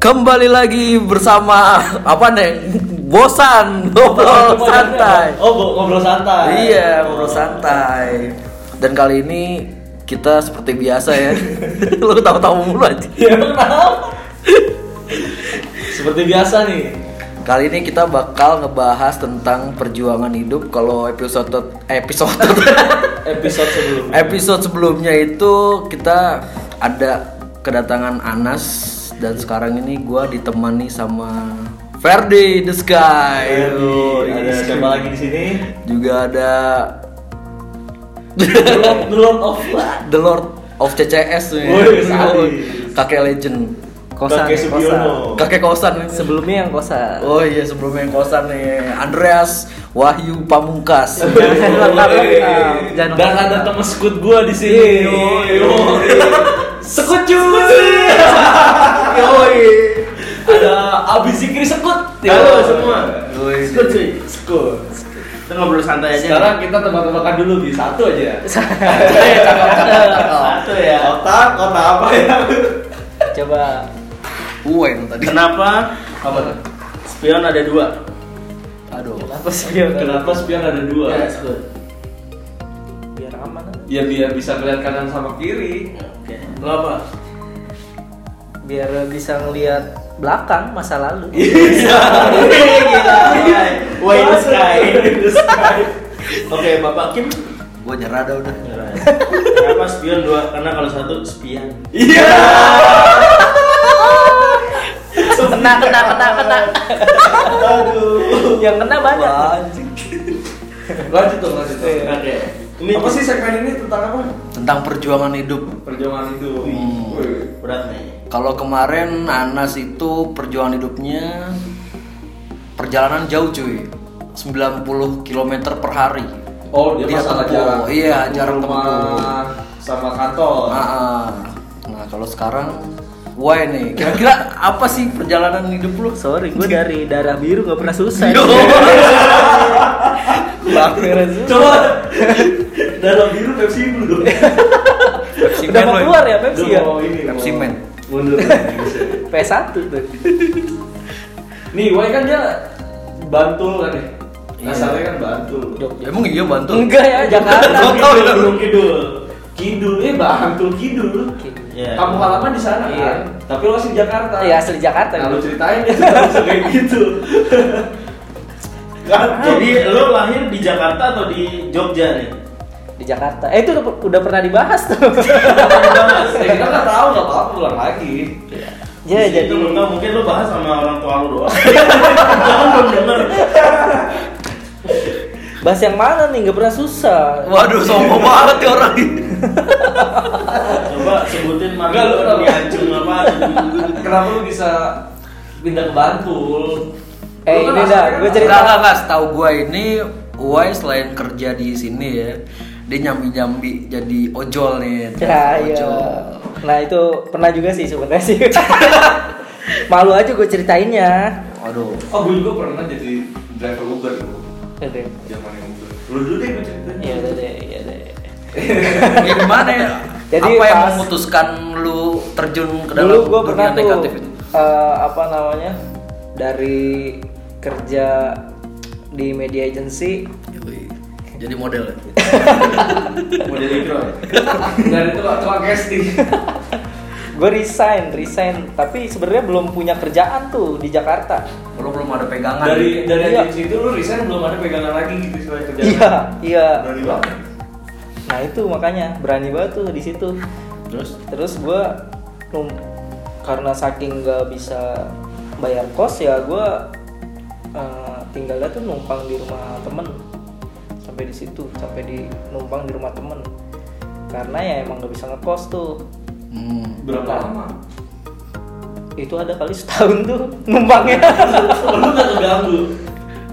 Kembali lagi bersama apa nih? Bosan ngobrol Oh, santai. Oh, go- ngobrol santai. Iya, ngobrol santai. Dan kali ini kita seperti biasa ya. Lu tahu-tahu mulu aja. Ya emang kenapa? Seperti biasa nih. Kali ini kita bakal ngebahas tentang perjuangan hidup. Kalau episode episode Episode sebelumnya. episode sebelumnya itu kita ada kedatangan Anas dan sekarang ini gua ditemani sama Ferdi the Sky. Yoi. Jadi, ada siapa lagi di sini? Juga ada The Lord, the Lord of The Lord of CCS nih. Woi, Yoi. sadis. Kakek legend. Kosan, Kakek kosan. Sugiono. Kakek kosan ini. Sebelumnya yang kosan. Oh iya sebelumnya yang kosan nih Andreas Wahyu Pamungkas. Jangan lengkap, lengkap. Jangan Dan lengkap. ada teman sekut gua di sini. Ah, Yoi. Yoi. Sekut cuy. Yoi. Ada Abi Zikri sekut. Halo semua. Yoi. Sekut, cuy. Sekut. Kita ngobrol santai aja. Sekarang kita tebak-tebakan dulu di satu aja. Satu ya. Kota, kota apa ya? Coba. Uwen tadi. Kenapa Apa tuh? spion ada dua? Aduh. Kenapa spion? Kenapa spion ada dua? Ya, sekut. Biar aman. kan? Ya biar bisa melihat kanan sama kiri. Oke. Kenapa? Biar bisa ngelihat belakang masa lalu. Iya. Why the sky? Oke, Bapak Kim. Gue nyerah dah udah. Kenapa spion dua? Karena kalau satu spion. Iya. Kena, kena, kena, kena. Aduh. Yang kena banyak. Wah, anjing. Lanjut dong, lanjut dong. Iya. Oke. Ini apa sih segmen ini tentang apa? Tentang perjuangan hidup. Perjuangan itu. Hmm. Berat nih. Kalau kemarin Anas itu perjuangan hidupnya perjalanan jauh cuy. 90 km per hari. Oh, dia Dia masalah tempuh. jarak. Iya, Tempuh jarak rumah tempuh. sama kantor. Nah, ah. nah kalau sekarang Wah nih, kira-kira apa sih perjalanan hidup lu? Sorry, gue dari darah biru gak pernah susah. Yo. Gak ya. pernah susah. Coba dalam biru Pepsi dulu dong. Pepsi Udah Man lo mau ini. keluar ya Pepsi Udah ya? mau ini. mau Pepsi Man. Mundur. PS1 tuh. Nih, Wai kan dia Bantul kan ya? Iya. Dasarnya kan Bantul. Emang iya bantu? Enggak ya, Jakarta. Gua tahu ya. Gunung Kidul. Kidul, eh Bantul Kidul. Iya. Kamu halaman di sana Iya. kan? Tapi lo masih di Jakarta. Iya, asli Jakarta. Nah, lu ceritain dia suka bisa kayak gitu. Jadi lo lahir di Jakarta atau di Jogja nih? Di Jakarta. Eh itu udah udah pernah dibahas tuh. Iya. Ya, kita nggak tahu nggak apa-apa pulang lagi. Ya Di jadi situ lo- nggak, mungkin lo bahas sama orang tua lo doang. Jangan belum denger. bahas yang mana nih? Gak pernah susah. Waduh, sombong banget ya orang ini. Coba sebutin mana Nggak, lo lo kenapa? diancung apa? Kenapa lu bisa pindah ke Bantul? Eh, Lu kan ini dah, asalnya gua kan- cerita. Enggak, enggak, enggak. Setahu gue ini, Uwai selain kerja di sini ya, dia nyambi-nyambi jadi ojol nih. Ya, iya. Nah itu pernah juga sih sebenarnya sih. Malu aja gue ceritainnya. Waduh. Oh, gue juga pernah jadi driver Uber dulu. Udah. Zaman yang Uber. Lu dulu deh gue cerita. Ya udah Iya deh, ya udah. deh. Ya gimana ya? Jadi apa yang pas- memutuskan lu terjun ke dalam Dulu gue pernah dunia tuh negatif itu? eh, apa namanya dari kerja di media agency Yoi. Jadi model ya? Mau jadi hero. ya? Dari itu tukang casting. gue resign resign tapi sebenarnya belum punya kerjaan tuh di Jakarta Lu belum ada pegangan. gitu. Dari dari Iya. agensi itu lu resign belum ada pegangan lagi gitu selain kerjaan. iya iya Berani banget. nah itu makanya berani banget tuh di situ Terus? terus gue karena saking gak bisa bayar kos ya gue tinggalnya tuh numpang di rumah temen sampai di situ sampai di numpang di rumah temen karena ya emang gak bisa ngekos tuh Hmm. Berapa lama? itu ada kali setahun tuh numpangnya Lu nggak keganggu.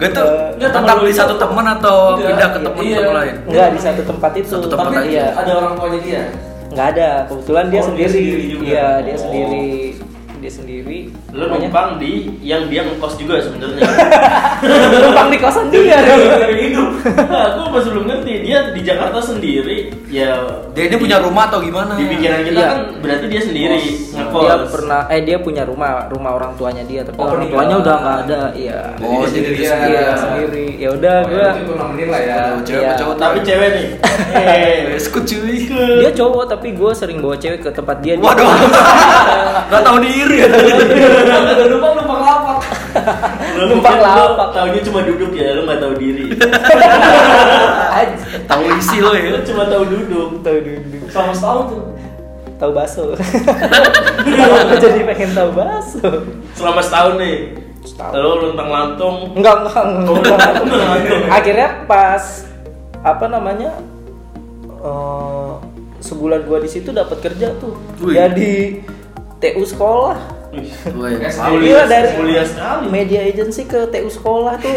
Gue tuh Nggak, tetap temen lu di itu- satu teman atau Iya, pindah ke iya, teman iya. teman lain? nggak di satu tempat itu Satu tempat tapi aja. iya Ada orang tuanya dia. nggak ada kebetulan Oh, dia dia sendiri sendiri juga. iya dia Oh. sendiri dia dia sendiri Lu Pokoknya- numpang di yang dia ngekos juga sebenarnya. numpang di kosan Iya. dia iya. hidup. Nah, Aku masih belum ngerti dia di Jakarta sendiri ya Dia ini punya rumah atau gimana? di pikiran kita Iya. kan berarti dia sendiri ngekos. dia pernah eh dia punya rumah rumah orang tuanya dia tapi Iya. Oh, orang iya. tuanya udah nggak ada iya Oh, jadi dia Iya, sendiri. sendiri ya udah Oh, gue itu nemenin lah ya Aduh, cewek apa Iya. cowok tapi cewek nih. Eh, Sekut cuy. iya. dia cowok tapi gue sering bawa cewek ke tempat dia Waduh. Gak tahu diri ya. numpang numpang lapak lu Numpang mungkin lu lapak. Taunya cuma duduk ya, lu nggak tahu diri. Anj- Tahu isi lo ya. lu cuma tahu duduk. tahu dulu sama setahun tuh tahu baso Kenapa jadi pengen tahu baso Selama setahun nih. Setahun. Lu lontang lantung. enggak enggak, Oh, enggak. lantung. akhirnya pas apa namanya eh, sebulan gua di situ dapat kerja tuh Ya, Wih. jadi TU sekolah Wih, Woy, SD. Paul. Mulia, Gila Iya, dari mulia sekali. media agency ke TU sekolah tuh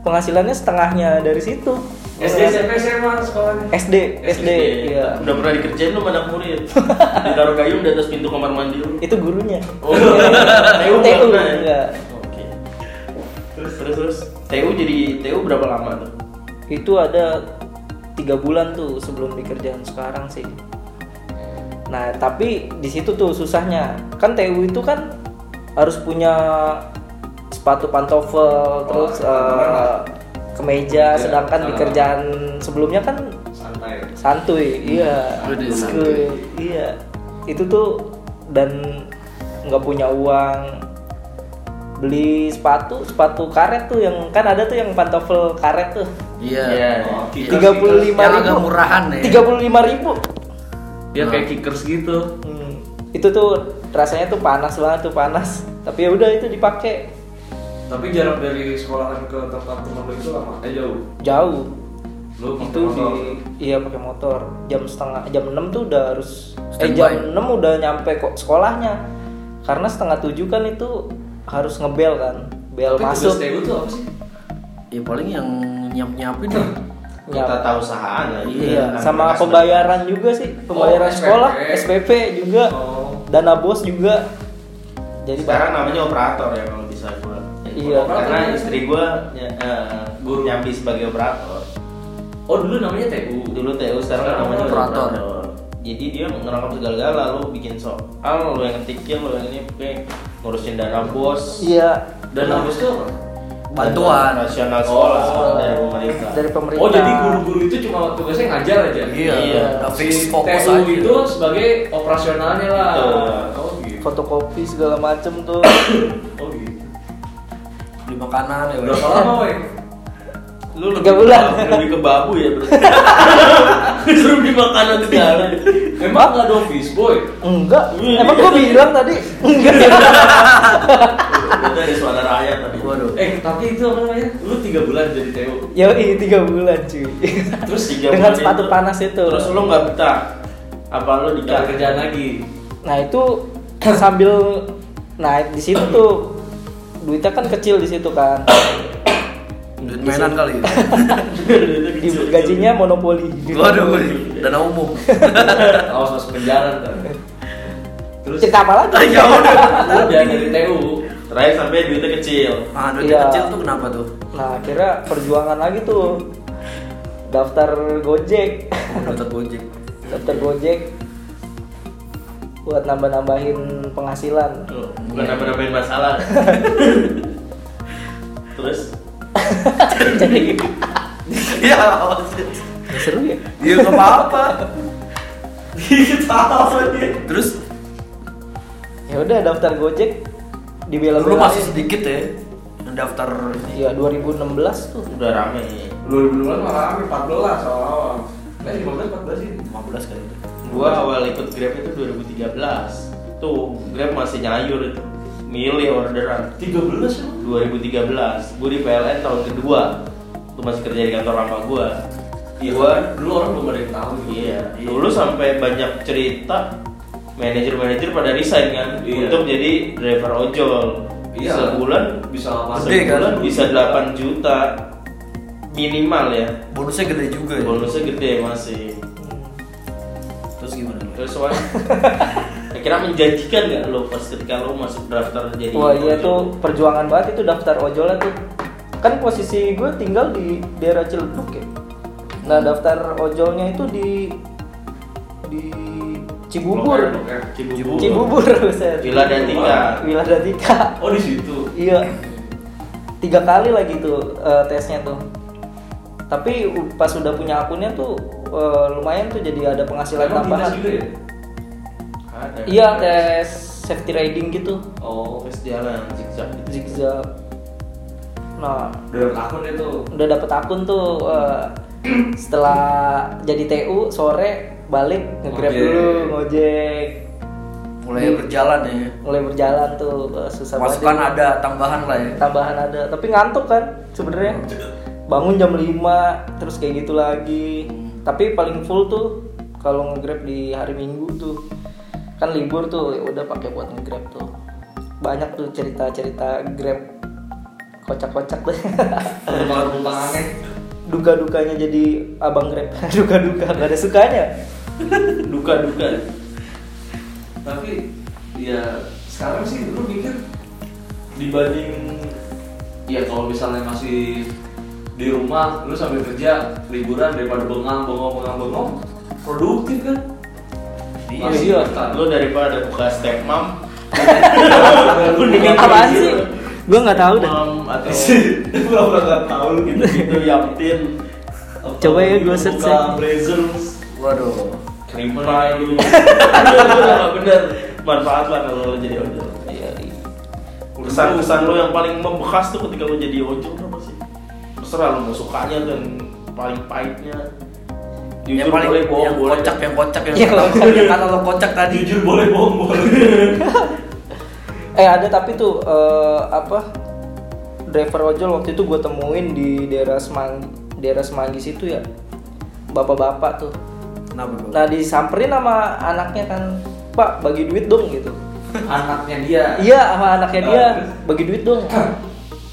penghasilannya setengahnya dari situ Iya. SD SMP SMA sekolahnya SD SD iya. Udah pernah dikerjain lu sama anak murid. Ditaruh gayung di atas pintu kamar mandi lu. itu gurunya iya. Oh, TU TU, pernah ya? enggak. Oke. Terus terus terus. TU jadi TU berapa lama tuh? itu ada tiga bulan tuh sebelum di kerjaan sekarang sih nah tapi di situ tuh susahnya kan TU itu kan harus punya sepatu pantofel terus eh, kemeja Kemeja, sedangkan di ah. kerjaan sebelumnya kan santai santuy iya Udah, Terus santuy. gue, iya itu tuh dan nggak punya uang beli sepatu sepatu karet tuh yang kan ada tuh yang pantofel karet tuh Iya. Oh, Iya. kickers, tiga puluh lima Yang ribu agak murahan ya. tiga puluh lima ribu Dia kayak kickers gitu. Hmm, itu tuh rasanya tuh panas banget tuh panas tapi ya udah itu dipakai tapi jarak dari sekolahan ke tempat temen lu itu lama eh jauh jauh lu itu di iya pakai motor jam setengah jam 6 tuh udah harus eh Standby. jam 6 udah nyampe kok sekolahnya karena setengah 7 kan itu harus ngebel kan bel tugas gitu, masuk TU tuh apa sih Ya paling yang nyap-nyapin ya. Ya, Kita tahu usahaan lah. Nah, iya sama pembayaran juga sih pembayaran Oh, sekolah SPP. SPP juga Oh. dana bos juga jadi sekarang namanya operator ya kalau bisa gua Iya. karena Operator. istri gua ya, eh, guru nyambi sebagai operator oh dulu namanya TU dulu TU sekarang namanya Operator. jadi dia ngerangkap segala-gala lu bikin soal lu yang ngetikin lu yang ini oke ngurusin dana bos iya dan habis itu apa Bantuan. Dana nasional sekolah Oh. dari pemerintah dari pemerintah Oh jadi guru-guru itu cuma tugasnya ngajar aja. Iya. Iya. Udah Si fix TU fokus aja. itu sebagai operasionalnya lah. Betul. Oh gitu. fotokopi segala macem tuh Oh gitu. Beli makanan ya. Bang. Berapa lama woy? lu Tiga lebih ke- bulan. lebih ke babu ya berarti disuruh di makanan negara Emang nggak ada office boy? enggak Wih, emang gua bilang tadi enggak itu ada suara rakyat tadi Waduh. Eh tapi itu apa namanya? Lu 3 bulan jadi TU. ya tiga bulan cuy terus tiga Dengan bulan sepatu panas itu. terus lu nggak betah apa Gak lu ada dikasih kerjaan lagi. Nah itu sambil nah di situ tuh duitnya kan kecil di situ kan. Duit mainan kali. ya. Di gajinya monopoli. Waduh. Dana umum. Oh, Awas masuk penjara ntar. Terus Cerita apa lagi? Ya udah. udah dari TU. terakhir sampai duitnya kecil Ah, duit Iya. kecil tuh kenapa tuh? Nah akhirnya perjuangan lagi tuh daftar Gojek, Oh, Daftar Gojek. daftar Gojek buat nambah-nambahin penghasilan. Tuh, bukan nambah-nambahin masalah terus Jadi Iya. awas. seru ya. Iya enggak apa-apa. Gitu. Terus Ya udah daftar Gojek dibela lu masih sedikit ya yang daftar ini. ya 2016 tuh udah rame 2020 malah kami 14 awal-awal. Nah 15 14 sih. 15 kali. gua awal ikut Grab itu 2013 tuh Grab masih nyayur itu milih orderan 13 emang? 2013 gua di PLN tahun kedua tuh masih kerja di kantor lama gua gua Dulu orang belum ada yang tahu gitu. Iya, dulu sampai banyak cerita manajer-manajer pada resign kan Iya. untuk jadi driver ojol. Iya. Sebulan Bisa masuk. Gede kan? sebulan bisa 8 juta minimal ya. Bonusnya gede juga ya. Bonusnya gede masih. Terus gimana? Terus wah. kira-kira menjanjikan nggak lo pas ketika lo masuk daftar jadi Wah iya ojol? tuh perjuangan banget itu daftar ojolnya tuh. Kan posisi gue tinggal di daerah Ciledug ya. Nah daftar ojolnya itu di di Cibubur. Blok R, Blok R. Cibubur. Cibubur buset. Wiladatika. Wiladatika. Oh di situ. Iya. Tiga kali lagi tuh eh, tesnya tuh. Tapi u- pas udah punya akunnya tuh eh, lumayan tuh jadi ada penghasilan Emang dinas tambahan. juga ya? Ada. Iya tes safety riding gitu. Oh, tes jalan zigzag gitu. Zigzag. Nah, Dalam akun itu. udah dapet akun tuh eh, setelah jadi TU sore balik nge-grab Ngojek. dulu ngojek mulai berjalan ya mulai berjalan tuh eh, susah masukan banget. ada tambahan lah ya tambahan ada tapi ngantuk kan sebenarnya bangun jam 5 terus kayak gitu lagi tapi paling full tuh kalau nge-grab di hari Minggu tuh kan libur tuh ya udah pakai buat nge-grab tuh banyak tuh cerita-cerita Grab kocak-kocak deh Kalau penumpang aneh. duka-dukanya jadi abang grab duka-duka gak ada sukanya Duka-duka. tapi ya sekarang sih lu mikir dibanding ya kalau misalnya masih di rumah lu sambil kerja liburan daripada bengong bengong bengong bengong produktif kan Iya, Masih iya. bertahan. Lo daripada buka step mom, Apaan sih? gitu. Gua nggak tahu dah. Mom atau pura-pura nggak tahu gitu-gitu yaptin. Atau Coba ya, gua buka search ya. Blazer, waduh krim pie lu. Iya, Bener, bener. Manfaat lah kalau lo jadi ojol. Iya, Kesan-kesan lo yang paling membekas tuh ketika lo jadi ojol apa sih? Terserah lo mau sukanya dan paling pahitnya. yang paling boleh bohong, yang boleh. kocak yang kocak yang Iya, pertama kocak. yang kata lo kocak tadi jujur boleh bohong boleh eh ada tapi tuh eh, apa driver ojol waktu itu gue temuin di daerah Semanggi daerah Semanggi situ ya bapak-bapak tuh kenapa bro nah disamperin sama anaknya kan pak bagi duit dong gitu anaknya dia iya sama anaknya dia Ah, terus? bagi duit dong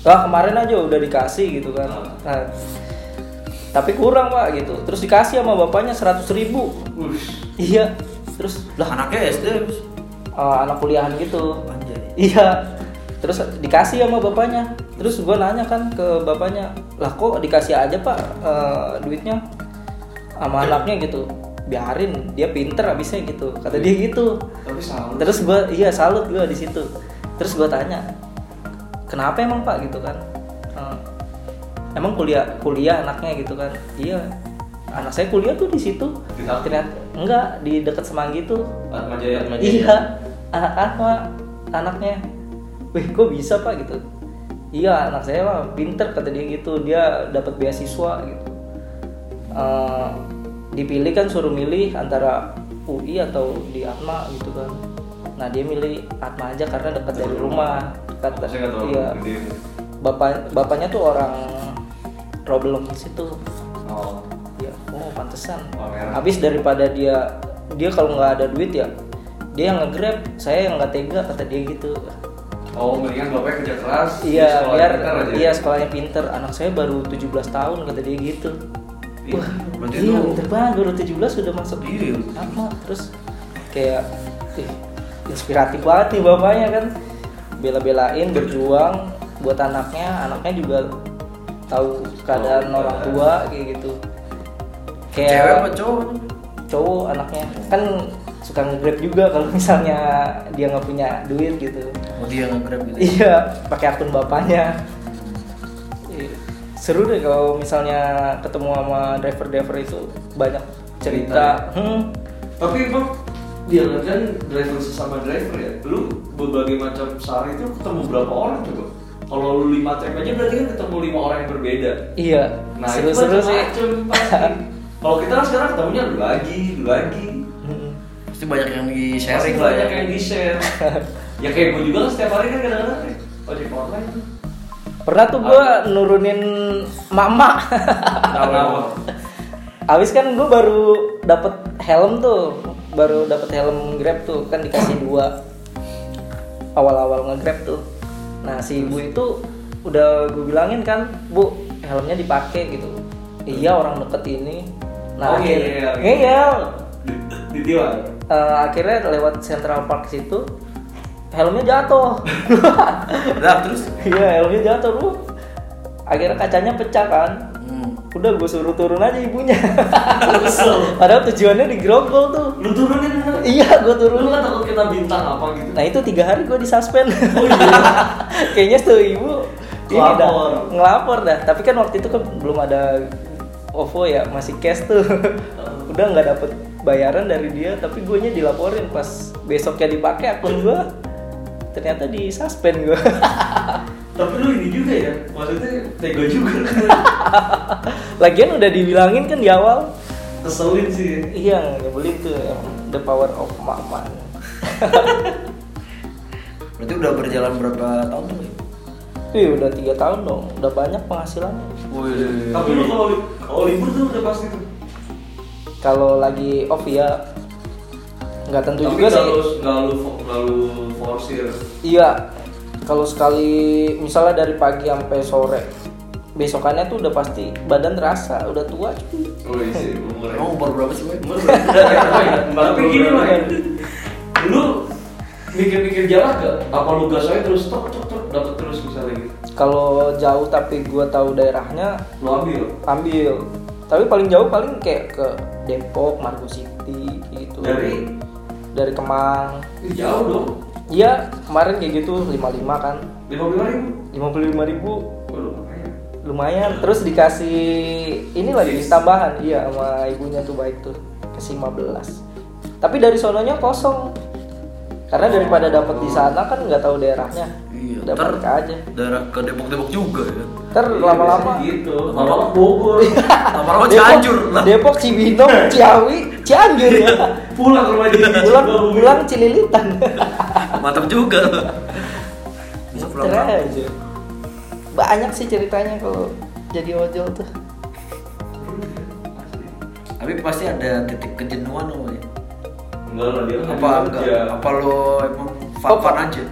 Wah kemarin aja udah dikasih gitu kan Ah. Nah, tapi kurang pak gitu terus dikasih sama bapaknya 100.000 ribu Ush. Iya, terus lah anaknya SD abis. eh, anak kuliahan gitu. anjay Iya. Terus dikasih sama bapaknya. Terus gue nanya kan ke bapaknya, lah kok dikasih aja pak eh, duitnya Iya. sama anaknya gitu. Biarin, dia pinter abisnya gitu. Kata dia gitu. Iya. tapi salah Terus gue, iya salut gue di situ. Terus gue tanya, kenapa emang pak gitu kan? Eh, emang kuliah kuliah anaknya gitu kan? Iya, anak saya kuliah tuh di situ. Di Kaltim? Ternyata enggak di dekat Semanggi tuh Atma Jaya Atma Jaya. Iya, anak apa anaknya? Wih, kok bisa pak gitu? Iya, anak saya mah pinter kata dia gitu. Dia dapat beasiswa gitu. Eh, dipilih kan suruh milih antara UI atau di Atma gitu kan. Nah dia milih Atma aja karena dekat dari rumah. Dekat, saya nggak tahu iya. gede. Bapak bapaknya tuh orang problem situ. oh Ya, oh pantesan. Oh, merah. Habis daripada dia dia kalau nggak ada duit ya dia yang nge-grab, saya yang nggak tega kata dia gitu. oh mendingan bapaknya kerja keras di Iya, sekolah biar pintar aja. ya? iya sekolahnya pinter. Anak saya baru 17 tahun kata dia gitu. Ih, Wah, berarti iya, lu- pinter banget baru 17 sudah masuk Iya. apa terus kayak ih, inspiratif banget nih bapaknya kan bela-belain berjuang buat anaknya anaknya juga tahu keadaan Oh, orang iya. tua kayak gitu cewek apa kayak cowok cowok anaknya kan suka nge-grab juga kalau misalnya dia nggak punya duit gitu oh dia yang grab gitu iya pakai akun bapaknya Iya. seru deh kalau misalnya ketemu sama driver-driver itu banyak cerita Iya. Hmm. Tapi bang, dia kan driver sesama driver ya. Lu berbagai macam sehari itu ketemu berapa orang tuh bang? Kalau lu lima trip aja berarti kan ketemu lima orang yang berbeda. Iya, Nah itu seru-seru sih. macam-macam pasti. Kalau kita kan sekarang ketemunya lu lagi, lu lagi. Mm. pasti banyak yang di Pasti sharing lah ya banyak yang di share. ya kayak gue juga kan setiap hari kan kadang-kadang nih ojek online. tuh. Pernah tuh gue nurunin mama. Kenapa? Abis kan gue baru dapet helm tuh, baru dapet helm Grab tuh kan dikasih dua. Awal-awal nge-Grab tuh. Nah, si ibu itu udah gue bilangin kan, "Bu, helmnya dipakai gitu." Iya, orang deket ini. Hmm. Oh, Nah, akhir- ngeyel. ngeyel. Di- Ditilang. eh, akhirnya lewat Central Park situ helmnya jatuh Nah, terus iya helmnya jatuh lu akhirnya kacanya pecah kan hmm. udah gue suruh turun aja ibunya padahal tujuannya di Grogol tuh Lu turunin bener? iya gue Lu turunin gak takut kita bintang apa gitu? nah itu tiga hari gue disuspend Oh iya. kayaknya tuh ibu ini dah, Ngelapor. ngelapor dah tapi kan waktu itu kan belum ada OVO ya masih cash tuh udah nggak dapet bayaran dari dia tapi gue dilaporin pas besoknya dipakai akun gue ternyata di suspend gue Tapi lu ini juga ya, maksudnya tega juga lagian udah dibilangin kan di awal Keselin sih iya nyebelin tuh emang. the power of maman berarti udah berjalan berapa tahun tuh? Lim? Wih, udah tiga tahun dong, udah banyak penghasilannya. Tapi lu kalau li- kalau libur tuh udah pasti tuh Kalau lagi off ya, nggak tentu Tapi juga nggak sih. lu- nggak lu, fo- nggak lu ya. forsir Iya, kalau sekali misalnya dari pagi sampai sore, besokannya tuh udah pasti badan terasa, udah tua cuy. Oh iya sih, umurnya Emang umur berapa sih? Boy? Umur berapa? Tapi gini lah Lu mikir-mikir jalan gak? Apa lu gas aja terus tok tok tok dapet terus misalnya gitu Kalau jauh tapi gua tahu daerahnya, Lu ambil ambil. Tapi paling jauh paling kayak ke Depok, Margo City gitu. Dari? dari Kemang. Ih, Jauh dong Iya, kemarin kayak gitu 55 kan. 55 ribu 55 ribu Waduh makanya lumayan terus dikasih ini lagi Tips. tambahan iya sama ibunya tuh baik tuh ke 15 tapi dari sononya kosong karena daripada dapat di sana kan nggak tahu daerahnya Iya, dapat ntar- aja Daerah ke Depok-Depok juga ya. ter Iya, lama-lama biasanya gitu lama-lama ke Bogor Lama-lama Depok- Cianjur lah. Depok Cibinong Ciawi Cianjur ya pulang ke rumah jadi pulang pulang Cililitan Mantap juga. Bisa pulang Ter kampung. aja banyak sih ceritanya kalau jadi ojol tuh Tapi pasti ada titik kejenuhan lo ya. enggak lah dia Apa enggak? ya. Apa lo emang Oh, fun-fun aja?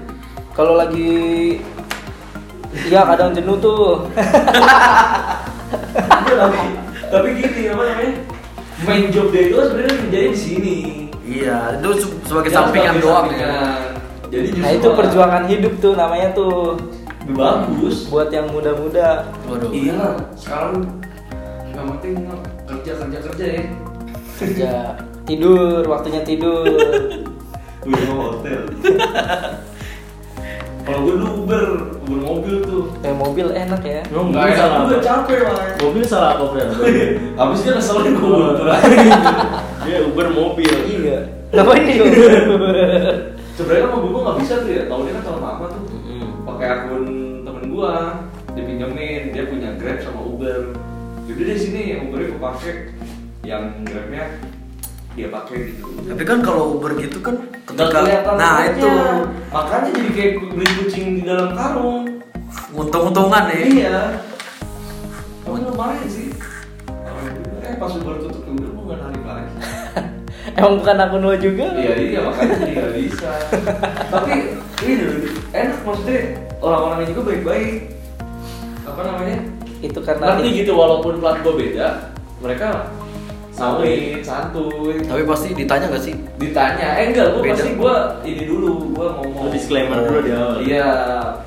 kalau lagi iya kadang jenuh tuh Iya, tapi tapi gini apa namanya main job dia itu kan sebenarnya kerjanya di sini Iya, itu se- sebagai Dia sampingan Ya, sebagai doang sampingan. ya. kan. jadi justru Nah itu perjuangan hidup tuh namanya tuh lebih bagus buat yang muda-muda. Waduh. iya lah sekarang yang penting kerja kerja kerja ya Kerja Ya, tidur, waktunya tidur. gue mau hotel kalau gue dulu uber uber mobil tuh Kayak mobil enak ya. Lu nggak mobil enak salah gue apa? capek banget Mobil salah apa, Fer? abis dia ngeselin gue motor Dia Uber mobil. Iya. Ngapain nih? sebenarnya sama gue nggak bisa tuh ya tahun ini kan tahun lama tuh Mm-mm. pakai akun temen gua dipinjemin dia punya grab sama uber jadi di sini ubernya gue pakai yang grabnya dia pakai gitu Tapi kan kalau Uber gitu kan Nggak ketika kelihatan ya. nah aja. itu makanya jadi kayak beli kucing di dalam karung untung-untungan ya. iya tapi lumayan sih eh pas uber tutup uber gue nggak narik lagi Emang bukan akun lo juga? iya iya makanya jadi nggak bisa tapi ini dulu enak maksudnya orang-orangnya juga baik-baik apa namanya Itu karena ngerti di- gitu walaupun plat gua beda mereka sawit santuy Tapi pasti ditanya gak sih? ditanya eh enggak gua Beda. pasti gua ini dulu gua ngomong Lu disclaimer dulu di awal. iya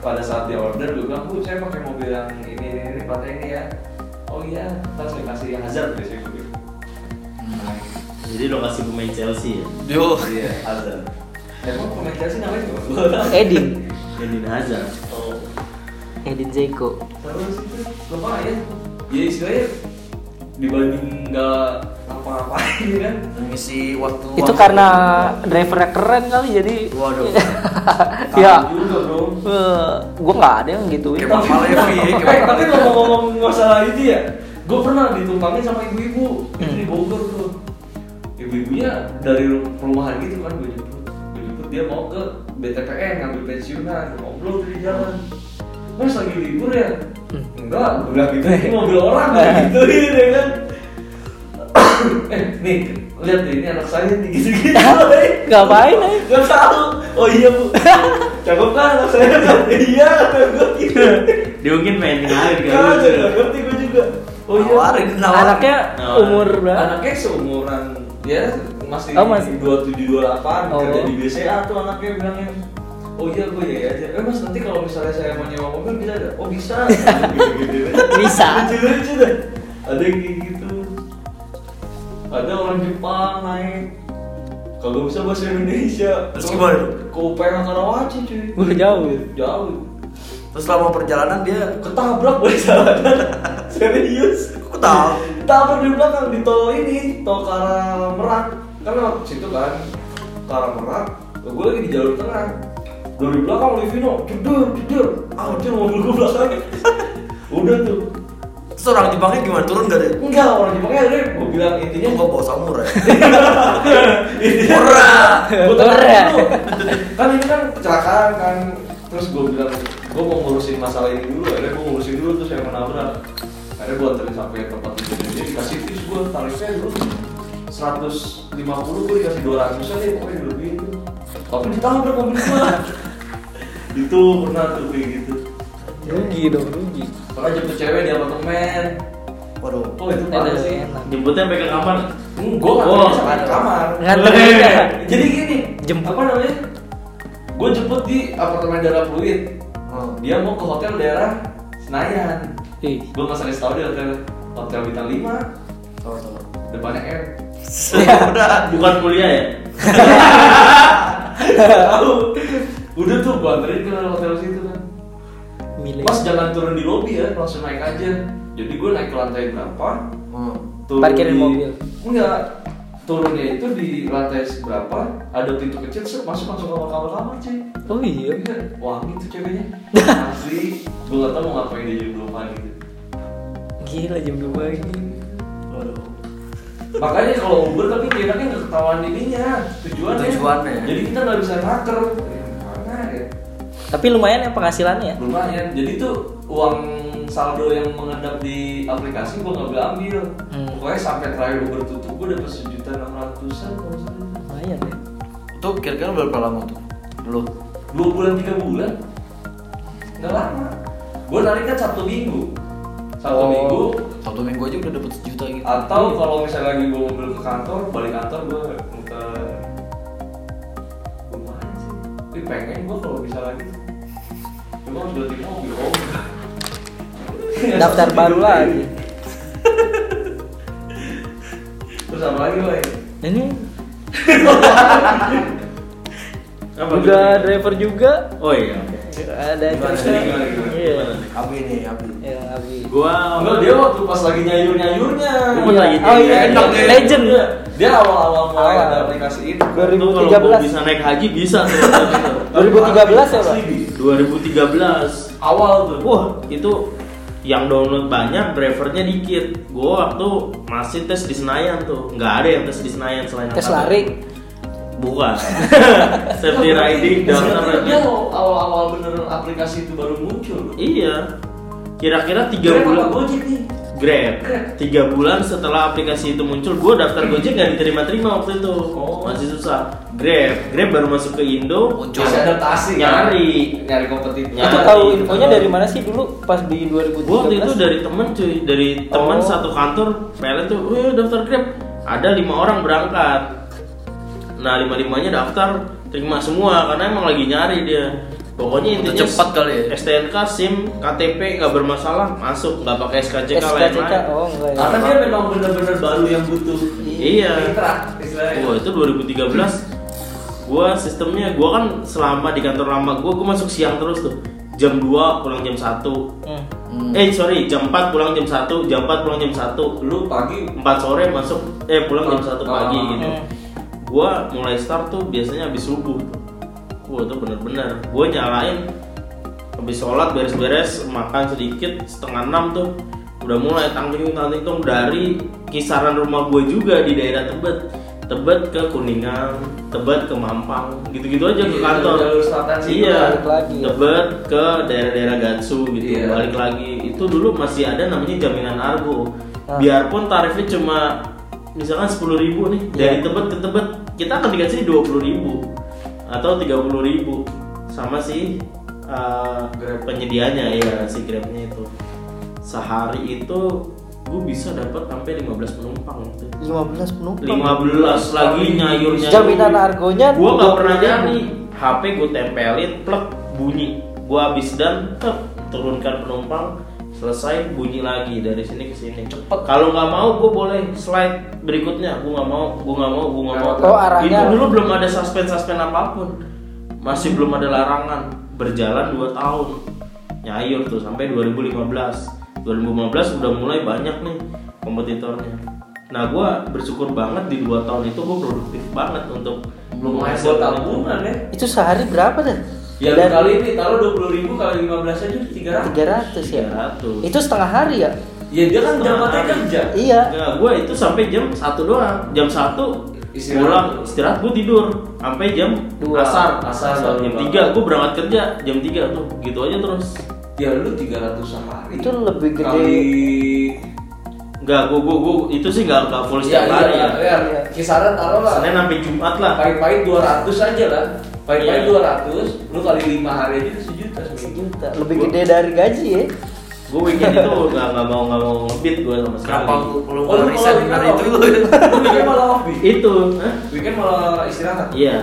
pada saat dia order gua bilang bu saya pakai mobil yang ini ini ini platnya ini ya oh iya terus dikasih hazard biasanya gua bilang Jadi lo kasih pemain Chelsea ya? Yo. Hmm. iya hazard emang pemain Chelsea namanya siapa Gua tahu. Edin, Edin Hazard. oh Edin Zeko. terus itu lumayan ya istilahnya dibanding nggak apa-apain kan Mengisi waktu. Itu waktu. karena drivernya keren kali jadi. Waduh. Ya. Kangen juga bro Eh, gua nggak ada yang gituin. Iya. Kayak Bapak Levi, kayak Eh, ya. Bapak tapi Levi. ngomong-ngomong masalah itu ya, gue pernah ditumpangin sama ibu-ibu itu Hmm. di Bogor tuh. Ibu-ibunya dari ru- perumahan gitu kan gue jemput. Gue jemput dia mau ke BTPN ngambil pensiunan, ngobrol tuh di jalan. Mas lagi libur ya? Hmm. Enggak, gue bilang gitu. Ini mobil orang gitu ya kan. eh, nih, lihat deh ini anak saya nih gitu-gitu. Ngapain, eh? Gak tahu. Oh iya bu, cakep kan anak saya? Iya, gue gitu. Dia mungkin pengen kenalin Gak kan? ya, aja, gak ngerti gue juga Oh iya. Nawarin, nawarin. Anaknya Nawarin. umur berapa? Anaknya seumuran ya masih Oh, masih. dua tujuh dua delapan Oh. kerja di BCA tuh anaknya bilangnya oh iya gue ya aja eh mas nanti kalau misalnya saya mau nyewa mobil bisa ada oh bisa Gitu-gitu. Bisa. lucu lucu dah ada yang kayak gitu ada orang Jepang naik kalau bisa bahasa Indonesia Terus gimana? Koper Karawaci cuy Wah, jauh. ya? jauh Terus selama perjalanan dia ketabrak boleh jalanan serius Aku tahu. ketabrak di belakang di tol ini tol ke arah merak kan lewat situ kan ke arah merak gue lagi di jalur tengah dari belakang Livino jedor jedor anjir Ah, mobil gue belakangnya udah tuh Terus orang Jepangnya gimana? Turun gak deh? enggak orang Jepangnya ada gue bilang intinya Dia nggak bawa samurai Intinya- Ora! Gua tanya Ora. dulu. kan ini kan kecelakaan kan terus gue bilang gue mau ngurusin masalah ini dulu akhirnya gue ngurusin dulu terus saya menabrak akhirnya gue anterin sampai tempat kejadiannya dikasih tips gue tarifnya dulu 150 gue dikasih 200 aja pokoknya lebih itu tapi ditabrak mobil gue itu pernah tuh kayak gitu Rugi dong, rugi. pernah jemput cewek di apartemen Waduh oh itu parah Enak, sih enak. Jemputnya sampai ke kamar. gue nggak Oh. bisa ada kamar Nganterin Eh, ya? jadi gini Jemput. apa namanya gue jemput di apartemen daerah Pluit Hmm. dia mau ke hotel daerah Senayan Ih. gue nggak salah tahu di hotel hotel bintang 5 Tahu, tahu. depannya M Bukan kuliah ya? Tahu. udah tuh gue anterin ke hotel situ kan Milih. mas jangan turun di lobby ya langsung naik aja jadi gue naik ke lantai berapa Hmm. turun di- Parkirin mobil. enggak turunnya itu di lantai berapa ada pintu kecil set masuk langsung kamar kamar kamar cuy Oh iya. Iya, wangi tuh ceweknya asli gue gak tau mau ngapain dia jadi belokan gitu Gila jam 2 pagi. Waduh makanya kalau Uber tapi enaknya gak ketahuan ininya tujuannya Tujuannya. jadi kita gak bisa naker mana ya Tapi lumayan ya penghasilannya ya. lumayan jadi tuh uang saldo yang mengendap di aplikasi gue gak ambil Hmm. pokoknya sampai terakhir Uber tutup gue dapat sejuta enam ratusan kalau nggak salah. Lumayan ya. Itu kira-kira berapa lama tuh? Lu? dua bulan tiga bulan nggak lama gue narik kan sabtu minggu sabtu Oh, minggu Satu minggu aja udah dapet sejuta gitu atau kalau misalnya lagi gue mobil ke kantor balik kantor gue muter lumayan sih tapi pengen gue kalau bisa lagi cuma harus ganti mobil oh Daftar baru lagi. terus apa lagi lagi Ini Apa juga tuh? driver juga. Oh iya. Ada Gimana, cerita. gimana, gimana, Iya. Gimana nih? Abi nih, Abi Yang Abi. Gua enggak dia waktu pas lagi nyayur nyayurnya Gua pas lagi Oh iya, enak iya. deh. legend. dia awal awal mulai Awal. ada aplikasi itu Itu kalau gua 2013. bisa naik haji bisa tuh. 2013 ya, Pak? Asli, Bi. 2013. awal tuh Wah, itu yang download banyak, drivernya dikit. Gua waktu masih tes di Senayan tuh, nggak ada yang tes di Senayan selain Tes angkatan. lari. Bukan. Safety Iya, riding, daftar Dia riding. awal-awal bener aplikasi itu baru muncul. Iya. Kira-kira tiga Grab bulan. apa Gojek nih. Grab. Grab. Tiga bulan setelah aplikasi itu muncul, gue daftar Gojek nggak diterima-terima waktu itu. Oh. Masih susah. Grab, Grab baru masuk ke Indo. Muncul. Masih adaptasi. kan? Oh, Nyari. nyari kompetitor. Nyari. Itu Ya, tahu iya. infonya dari mana sih dulu pas di 2013? Gue waktu itu dari temen cuy, dari temen Oh. satu kantor, PLN tuh, "Wih, daftar Grab." Ada lima orang berangkat. Nah lima limanya daftar, terima semua karena emang lagi nyari dia. Pokoknya Untuk intinya cepat kali ya? STNK, SIM, KTP nggak bermasalah, masuk nggak pakai SKCK, SKCK. lain-lain. Oh enggak ya. Karena dia memang bener-bener baru yang butuh. Iya. Mitra istilahnya. Wah itu 2013 Gua sistemnya, gua kan selama di kantor lama gua gua masuk siang terus tuh Jam 2 pulang jam 1 Hmm. Hmm. Eh sorry, jam 4 pulang jam 1, jam 4 pulang jam 1 Lu pagi 4 sore masuk, eh pulang jam 1 pagi Ah. gitu Hmm. Gua mulai start tuh biasanya habis subuh tuh Wah itu bener-bener, gua nyalain Habis sholat beres-beres, makan sedikit, setengah 6 tuh Udah mulai tanggung tanggung dari kisaran rumah gue juga di daerah Tebet Tebet ke Kuningan, Tebet ke Mampang, gitu-gitu aja ke Iya, kantor. jalur selatan sih, iya, balik lagi ya. Tebet ke daerah-daerah Gatsu gitu, Iya. balik lagi. Itu dulu masih ada namanya jaminan argo. Ah. Biarpun tarifnya cuma misalkan 10.000 nih Iya. dari Tebet ke Tebet, kita akan dikasih 20.000 atau 30.000 sama si uh, Grab. iya, penyedianya ya si Grabnya itu. Sehari itu gue bisa dapat sampai 15 penumpang gitu. 15 penumpang 15 lagi nyayurnya Jaminan harganya gue nggak pernah 20.000. nyari HP gue tempelin plek bunyi gue habis dan tek turunkan penumpang selesai bunyi lagi dari sini ke sini Cepet. kalau nggak mau gue boleh slide berikutnya gue nggak mau gue nggak mau gue nggak mau Oh, arahnya. Itu dulu belum ada suspend suspend apapun masih belum ada larangan berjalan 2 tahun nyayur tuh sampai 2015 2015 udah mulai banyak nih kompetitornya nah gue bersyukur banget di 2 tahun itu gue produktif banget untuk belum main buat menghasilkan itu. tabungan ya itu sehari berapa dah? ya Dan kali ini taruh 20.000 kali 15 aja udah 300 300 ya 300. itu setengah hari ya ya dia kan Setengah jabatnya hari. kerja iya Enggak, gue itu sampai jam 1 doang. Jam 1 Istirahat. pulang, istirahat gue tidur sampai jam Dua. asar. Asar baru jam bangun. 3 gue berangkat kerja jam 3 tuh. Gitu aja terus. ya lu 300 sehari Itu lebih gede. kali Enggak, gue gue gue itu sih enggak enggak full setiap hari ya. ya. Kisaran taruh lah. Senin sampai Jumat lah. Pahit-pahit 200 aja lah. Pahit-pahit Iya. 200, lu kali 5 hari aja udah sejuta seminggu. sejuta lebih gede dari gaji ya Gue weekend itu enggak enggak mau enggak mau ngebit gue sama sekali. Kenapa lu lu Oh, lu mau resign kalau hari weekend itu? Lu weekend malah off week. Itu, hah? Weekend malah istirahat. Iya.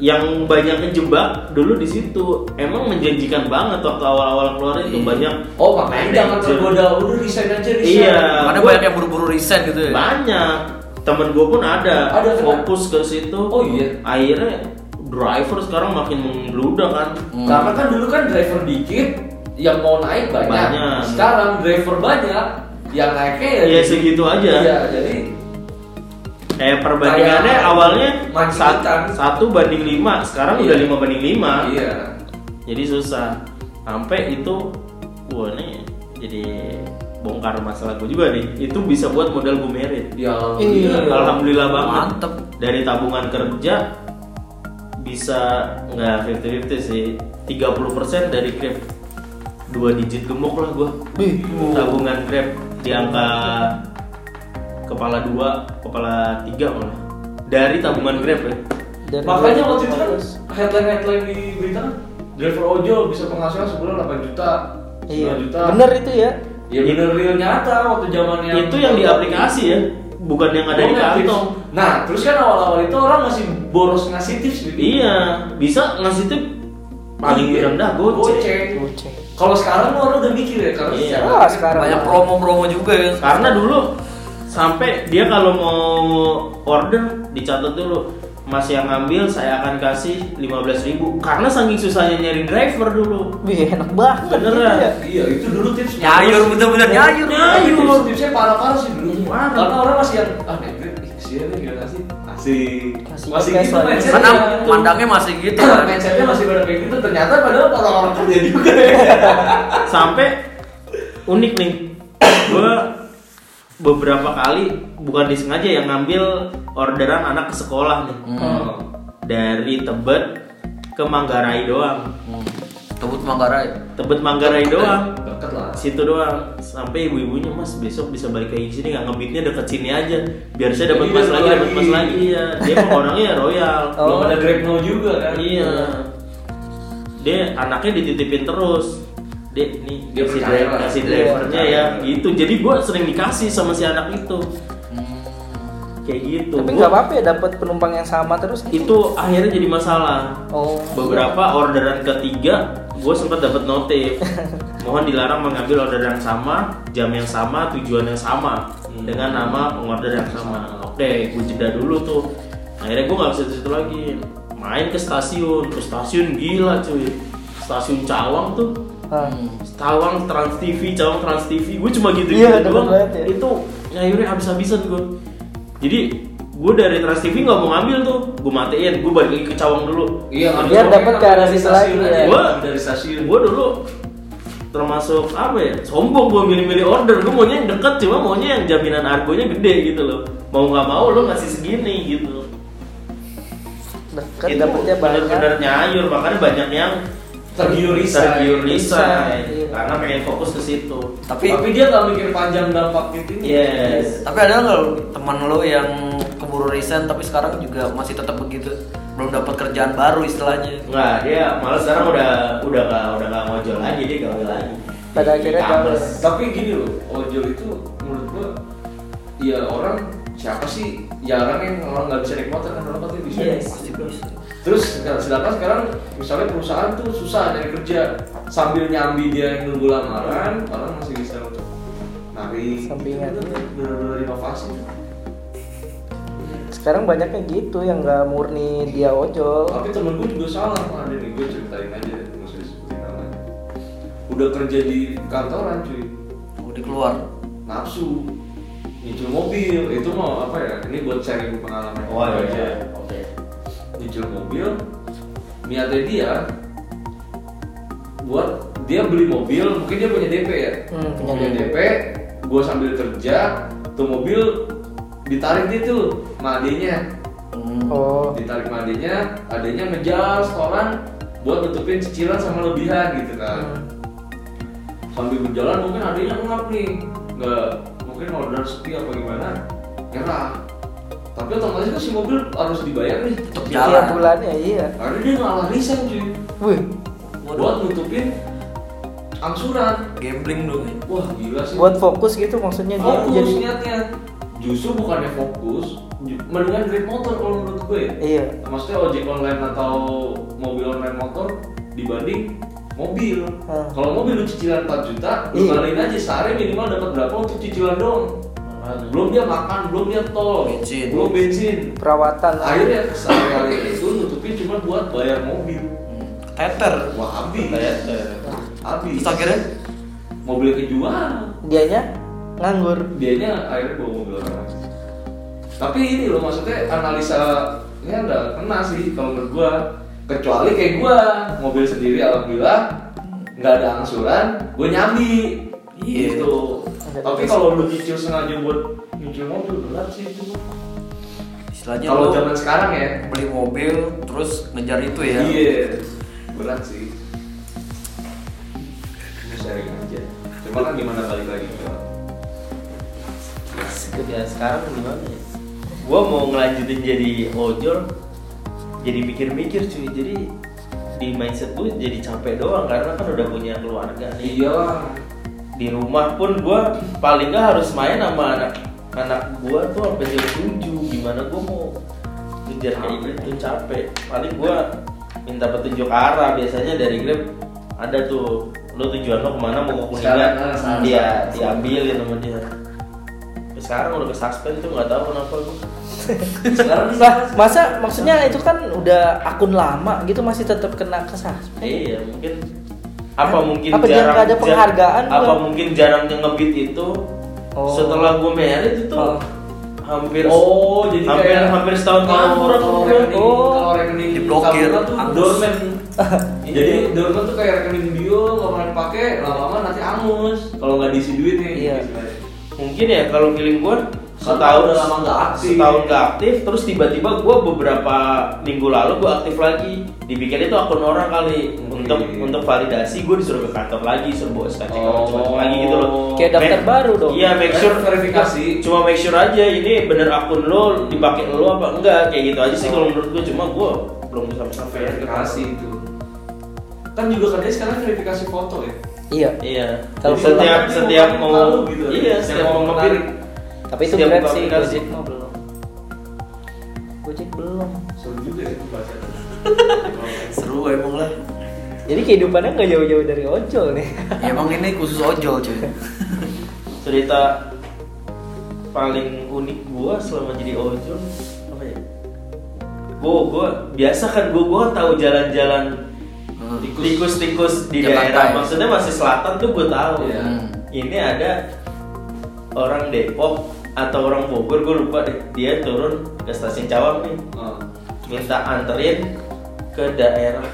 Yang banyak kejebak dulu di situ emang menjanjikan banget waktu awal-awal keluar itu Iya. banyak Oh, makanya jangan manajer. tergoda. Udah resign aja, resign. Iya. Karena gua- banyak yang buru-buru resign gitu ya. banyak temen gue pun ada, Ada, kan? fokus ke situ Oh, iya. akhirnya driver sekarang makin membludak kan Hmm. Karena kan dulu kan driver dikit, yang mau naik banyak. Banyak. Sekarang driver banyak, yang naiknya ya. Iya, segitu aja. Iya, jadi kayak perbandingannya Kayak awalnya mancing sat- ikan. satu banding lima Iya. sekarang udah lima banding lima iya. jadi susah sampai itu wah ini jadi bongkar masalah gue juga nih itu bisa buat modal gue merit Dia Iya. alhamdulillah banget Mantep. dari tabungan kerja bisa nggak 50-50 sih 30% dari Grab dua digit gemuk lah gua Wih. tabungan Grab di angka kepala dua kepala tiga malah dari tabungan Grab ya Dari Iya. Makanya gaji waktu itu kan 300. headline-headline di berita kan driver ojol bisa penghasilan sebulan 8 juta, 9 iya juta. bener itu ya Ya bener real nyata waktu zamannya. itu yang di aplikasi ya bukan yang ada di Pokoknya tips. kantong Nah, terus kan awal-awal itu orang masih boros ngasih tips gitu. iya bisa ngasih tip paling Iya. rendah goceng Goceng. Kalau sekarang lu orang udah mikir ya karena Iya. secara- Wah, sekarang. Banyak promo-promo juga ya. karena dulu sampai dia kalau mau order dicatat dulu mas yang ngambil saya akan kasih 15.000 karena saking susahnya nyari driver dulu wih enak banget Beneran. gitu ya. Iya, itu dulu tips. Nyayur bener-bener nyayur. Tapi Nyayur. tips- tipsnya parah-parah sih dulu. Parah. Karena orang masih yang ah negeri siapa yang ngasih? Masih Masih masih kayak gitu soalnya. mindsetnya. Karena pandangnya masih gitu kan. mindsetnya masih pada kayak gitu ternyata padahal orang-orang kerja juga ya. sampai unik nih gue beberapa kali bukan disengaja yang ngambil orderan anak ke sekolah nih Hmm. dari Tebet ke Manggarai doang Hmm. Tebut Manggarai. Tebet Manggarai doang Deket lah. situ doang sampai ibu-ibunya mas besok bisa balik lagi ke sini nggak ngebitnya deket sini aja biar saya dapat Jadi mas dapat lagi dapat lagi. mas lagi ya dia emang orangnya royal Oh. Belum ada Grab Now juga kan. iya dia anaknya dititipin terus dek nih Dia kasih percaya driver lah. kasih Dia drivernya percaya. ya gitu jadi gua sering dikasih sama si anak itu kayak gitu Hmm. tapi Gua- nggak apa-apa ya dapat penumpang yang sama terus kan? itu akhirnya jadi masalah oh beberapa orderan ketiga gue sempat dapat notif mohon dilarang mengambil order yang sama jam yang sama tujuan yang sama Hmm. dengan nama pengorder yang sama oke gue jeda dulu tuh akhirnya gue nggak bisa di situ lagi main ke stasiun ke stasiun gila cuy stasiun Cawang tuh Hah. Hmm. Cawang Trans TV Cawang Trans TV gue cuma gitu gitu Iya, dapat doang banget ya. itu nyayurnya habis-habisan gue jadi gue dari Trans TV nggak mau ngambil tuh gue matiin gue balik lagi ke Cawang dulu Iya, ngambil Biar Grab dapat Now ke arah dari situ stasiun lagi, aja, ya. Iya, Gua- dari stasiun. gue dulu termasuk apa ya sombong gue milih-milih order gue maunya yang deket cuma maunya yang jaminan argonya gede gitu loh mau nggak mau lo ngasih segini gitu dekat itu dapatnya Kan banyak bener-bener nyayur makanya banyak yang Tergiur resign. tergiur resign, Iya. karena pengen fokus ke situ Tapi tapi dia nggak mikir panjang dampak gitu yes tapi ada nggak lu teman lo yang keburu resign tapi sekarang juga masih tetap begitu belum dapat kerjaan baru istilahnya. nggak dia malah sekarang udah udah nggak udah nggak ngojol lagi dia gawe lagi Pada akhirnya Di kampus. tapi gini loh ojol itu menurut gua ya orang siapa sih jarang yang orang nggak bisa naik motor kan orang pasti bisa pasti bisa. terus nah, sedangkan sekarang misalnya perusahaan tuh susah nyari kerja sambil nyambi dia yang nunggu lamaran orang masih bisa untuk gitu, nari Sampingan. Itu bener-bener inovasi Sekarang banyaknya gitu yang nggak murni dia ojol. tapi temen gue juga salah mah ada nih gue ceritain aja nggak usah disebutin namanya udah kerja di kantoran cuy udah keluar nafsu nyicil mobil itu mau apa ya ini buat sharing pengalaman Oh gue iya. aja. Oke. nyicil mobil niatnya dia buat dia beli mobil mungkin dia punya DP ya Hmm, punya punya DP. DP gue sambil kerja tuh mobil ditarik dia tuh sama adenya Hmm. Oh, ditarik sama adenya adenya ngejar setoran buat nutupin cicilan sama lebihan gitu Hmm. kan sambil berjalan mungkin adanya ngap nih nggak mungkin order sepi apa gimana nyerah tapi otomatis kan si mobil harus dibayar nih tetap tiap jalan bulannya iya. karena dia ngalah resign cuy Wih, buat nutupin angsuran gambling dong ya. wah gila sih buat fokus gitu maksudnya dia fokus jadi niatnya justru bukannya fokus ju- mendingan grab motor kalau menurut gue ya iya. maksudnya ojek online atau mobil online motor dibanding mobil Hmm. kalau mobil lu cicilan 4 juta lu Iya. balikin aja sehari minimal dapat berapa untuk cicilan dong belum dia makan belum dia tol Bensin. belum bensin Perawatan. akhirnya sehari-hari itu nutupin cuma buat bayar mobil Hmm. teter wah habis habis terus akhirnya mobilnya kejual Dianya nganggur. dianya akhirnya bawa mobil orang lain. tapi ini loh maksudnya analisa ini ada kena sih kalau menurut gua kecuali kayak gua mobil sendiri alhamdulillah nggak ada angsuran gua nyambi Iya. gitu Ada tapi terus. kalau lu nyicil sengaja buat nyicil mobil berat sih itu istilahnya kalau lu zaman sekarang ya beli mobil terus ngejar itu ya iya berat sih Ini sharing aja cuma kan gimana balik lagi ke Sekarang, sekarang gimana ya? Gua mau ngelanjutin jadi ojol, jadi mikir-mikir cuy. Jadi di mindset gue jadi capek doang karena kan udah punya keluarga nih. iyalah Di rumah pun gua paling nggak harus main sama anak anak gua tuh sampai jam 7 gimana gua mau ngejar kayak gitu capek paling gua minta petunjuk arah biasanya dari Grab ada tuh lo tujuan lo kemana mau ke Sekarang, ah, kuningan sekarang. dia diambilin sama dia Terus sekarang udah ke suspend tuh nggak tahu kenapa gua sekarang Lah, masa maksudnya itu kan udah akun lama gitu masih tetap kena kesah. iya mungkin apa mungkin Apa dia jarang nggak ada jar- penghargaan, apa Bang? mungkin jarang yang ngebeat itu Oh. setelah gue married itu Oh. hampir Oh, jadi hampir kayak hampir setahun kalau nganggur aku kalau gua. rekening Oh. kalau rekening Diblokir, tabungan tuh angus. dormen. jadi Iya. dormen tuh kayak rekening bio nggak pernah dipakai lama-lama nanti angus kalau nggak diisi duit nih. Iya. mungkin ya kalau feeling gue Karena setahun udah lama nggak aktif. setahun nggak aktif terus tiba-tiba gue beberapa minggu lalu gue aktif lagi dibikin itu akun orang kali Mungkin. untuk untuk validasi gue disuruh ke kantor lagi suruh bawa SKCK Oh. macam-macam lagi gitu loh Kayak daftar Make- baru dong. iya make sure Eh, Oh. verifikasi. cuma make sure aja ini bener akun lo dipakai lo apa enggak kayak gitu aja sih Oh. kalau menurut gue cuma gue belum sampai sampai Verifikasi itu. Kan juga katanya sekarang verifikasi foto ya. Iya. iya Kalau setiap pulang, setiap tapi mau mau gitu. iya Yang setiap mau mau menarik. ngeprint Tapi itu Setiap keren buka sih aplikasi. Gojek mah belum. Gojek belum. Seru juga ya pembahasannya. gitu. seru emang lah Jadi kehidupannya nggak jauh-jauh dari ojol nih. Ya, emang ini khusus ojol cuy cerita paling unik gua selama jadi ojol apa ya gua gua biasa kan gua gua tahu jalan-jalan Hmm. tikus-tikus di Jalan daerah raya. maksudnya masih selatan tuh gua tahu Iya. ini ada orang Depok atau orang Bogor gua lupa deh dia turun ke stasiun Cawang nih Oh. minta anterin ke daerah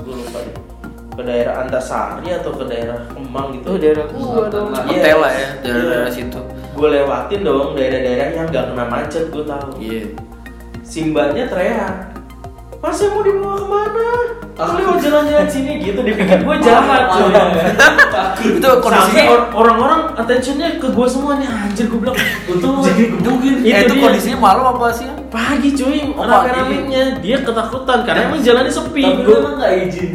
gua lupa deh ke daerah Antasari atau ke daerah Kemang Itu Oh, gitu daerah gua Iya, dong. Selatan Hotel lah ya, daerah-daerah situ. Gue Iya. lewatin dong daerah-daerah yang gak kena macet gue tahu. iya Simbanya teriak. Mas yang mau dibawa kemana? Kali mau jalan-jalan sini gitu dipikir gue jahat cuy. itu Sampai kondisinya or- orang-orang attentionnya ke gue semua nih anjir gue bilang untung lu Jadi gebukin. Eh, itu, Iya, dia. kondisinya malam apa sih pagi cuy Oh, orang pagi. ramenya dia ketakutan Nah. karena emang jalannya sepi Tapi gue Gua- emang nggak izin.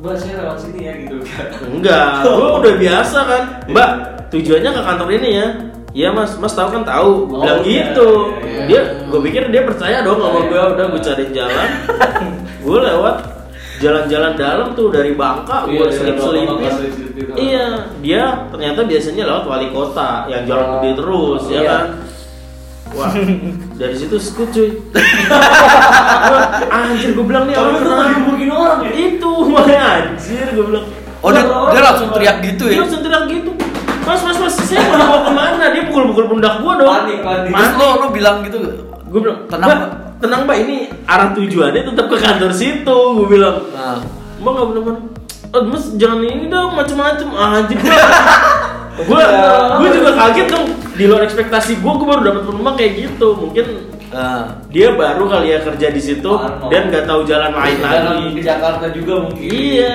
Mbak saya lewat sini ya gitu kan. Iya. Enggak, gue udah biasa kan. Mbak, tujuannya ke kantor ini ya. Iya mas, mas tahu kan tahu, Gua Oh, bilang iya, gitu. iya, iya. Dia, gue pikir dia percaya dong sama Iya. gue, udah gue cariin jalan. gue lewat jalan-jalan dalam tuh dari Iya, Bangka, gue dari Bangka, selip-selipin. Bangka, selip-selipin. Iya, dia ternyata biasanya lewat wali kota yang jalan Ah, gede terus, ya iya. kan. Wah, dari situ skut cuy. Anjir, gue bilang nih Tapi orang lu kenapa? lagi mungkin orang ya? Itu, makanya anjir, gue bilang. Oh, dia, Orang- dia langsung teriak gitu ya? Dia langsung teriak gitu. Mas, mas, mas, saya mau dibawa kemana? Dia pukul-pukul pundak gua dong. Panik, panik. Terus lo, lo bilang gitu Gua bilang, Tenang, tenang, Mbak." tenang mbak, ini arah tujuannya tetap ke kantor situ. Gua bilang, Nah, mbak nggak bener-bener. "Eh, mas jangan ini dong macem-macem anjir gua gua Ya. gua juga kaget dong di luar ekspektasi gua gua baru dapat penumpang kayak gitu mungkin eh, dia baru kali ya kerja di situ Parno. dan nggak tahu jalan lain Jalan ke lagi Jakarta juga mungkin. iya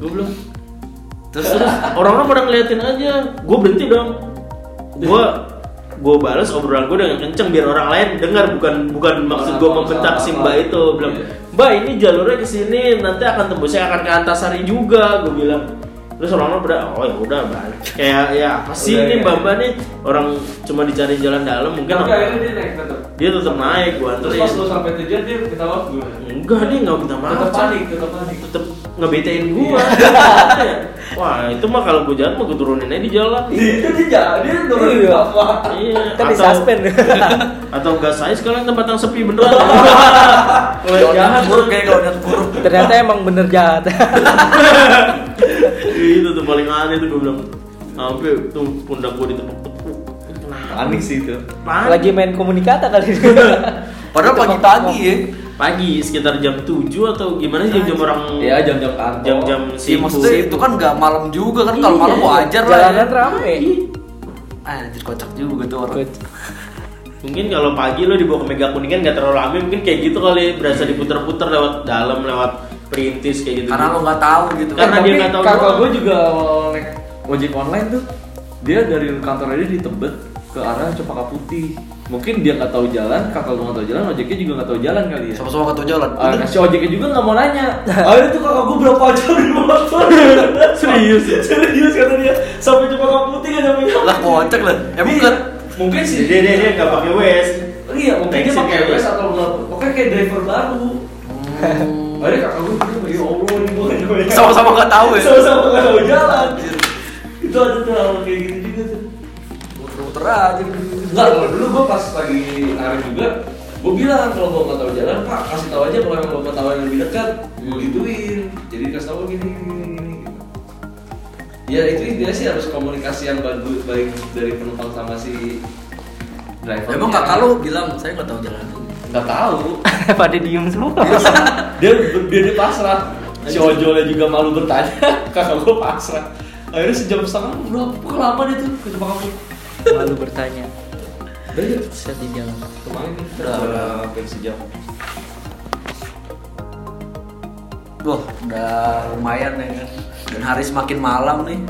gua bilang terus terus orang-orang pada ngeliatin aja gue berhenti dong gue gue balas obrolan gue dengan kenceng biar orang lain dengar bukan bukan maksud gue membentak si mbak itu bilang Iya. mbak ini jalurnya ke sini nanti akan tembusnya akan ke antasari juga gue bilang terus orang-orang pada oh ya udah balik kayak ya apa sih Udah, ini ya. mbak mbak nih orang cuma dicari jalan dalam mungkin Tapi akhirnya dia naik tetap. dia tetap naik gue Terus anterin pas lu sampai tujuan dia minta maaf gue. enggak dia nggak minta maaf Tetap Cak panik, tetap panik. tetep ngebetain gua wah itu mah kalau gua jalan mau gua turunin aja di jalan Dia dia jalan, dia nurunin Iya. apa? iya Tapi Kan suspend. atau enggak saya sekalian tempat yang sepi beneran mulai kalau jahat lihat buruk kayak kalau lihat buruk Ternyata emang bener jahat. Iya, itu tuh paling aneh tuh gua bilang sampai tuh pundak gua ditepuk-tepuk Panik sih itu Eh, Apaan? Lagi main komunikata kali ini. Padahal Itu pagi-pagi ngomong. ya pagi sekitar jam 7 atau gimana sih jam-jam orang Iya, jam-jam kantor. jam-jam Iya sibuk maksudnya itu kan nggak malam juga kan kalau Iya, malam wajar lah. ya. Jalanan rame. Anjir kocak juga tuh orang. Mungkin kalau pagi lo dibawa ke Mega Kuningan nggak terlalu rame, mungkin kayak gitu kali berasa diputer-puter lewat dalam, lewat perintis kayak gitu. Karena lo nggak tahu gitu. kan. Karena Tapi dia nggak tahu kakak doang. gue juga awal naik ojek online tuh dia dari kantornya dia di Tebet ke arah Cepaka Putih mungkin dia nggak tahu jalan kakak gue nggak tahu jalan ojeknya juga nggak tahu jalan kali ya sama-sama nggak tahu jalan. Ah, nah, si ojeknya juga nggak mau nanya akhirnya tuh kakak gue berapa jam di motor Serius? serius kata dia sampai Cepaka Putih nggak nyampe Lah kocak lah. Emang Iya. kan mungkin sih dia dia dia nggak pakai wes. iya mungkin dia Taxi pakai kayak wes gitu. atau belum pokoknya kayak driver baru akhirnya kakak gue bilang ya allah ini gue Hmm. sama-sama nggak tahu ya. sama-sama nggak tahu jalan itu ada tuh hal kayak gitu juga tuh Muter-muter aja. enggak kalau dulu gue pas lagi narik juga gue bilang kalau gue nggak tahu jalan pak kasih tahu aja kalau emang gue tahu yang lebih dekat gue gituin jadi kasih tahu gini gini gini gitu. ya itu intinya sih harus komunikasi yang bagus baik dari penumpang sama si driver Emang kakak lo bilang saya nggak tahu jalan. nggak tahu Pada diem semua. Iya. dia dia, dia pasrah si ojolnya juga malu bertanya kakak gue pasrah akhirnya sejam setengah berapa lama dia tuh ke Jepang aku Malu bertanya. udah ya Set di jalan. kemarin kita Udah. udah hampir sejam Wah udah lumayan ya kan. Dan hari semakin malam nih.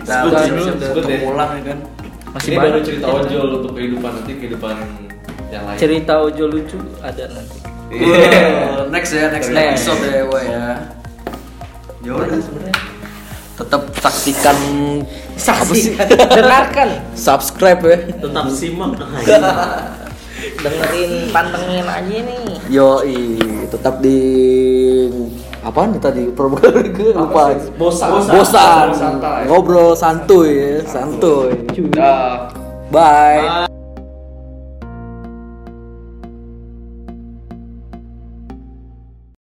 Kita Sebut harus dulu, siap-siap sebut untuk deh. pulang ya kan. Masih ini banyak baru cerita cerita. ojol untuk kehidupan nanti kehidupan yang lain Cerita ojo lucu ada nanti. Iya. Wah, next ya, next, Next. episode ya, Wak, ya. Ya udah sebenarnya. Tetap saksikan apa sih? Dengarkan, subscribe ya. Tetap simak. dengerin, pantengin aja nih. Yoi, tetap di apa nih tadi program gue lupa. sih? Bosan. Bosan. Bosan. Santai. Ngobrol santuy ya, santuy. Dah. Bye. Bye.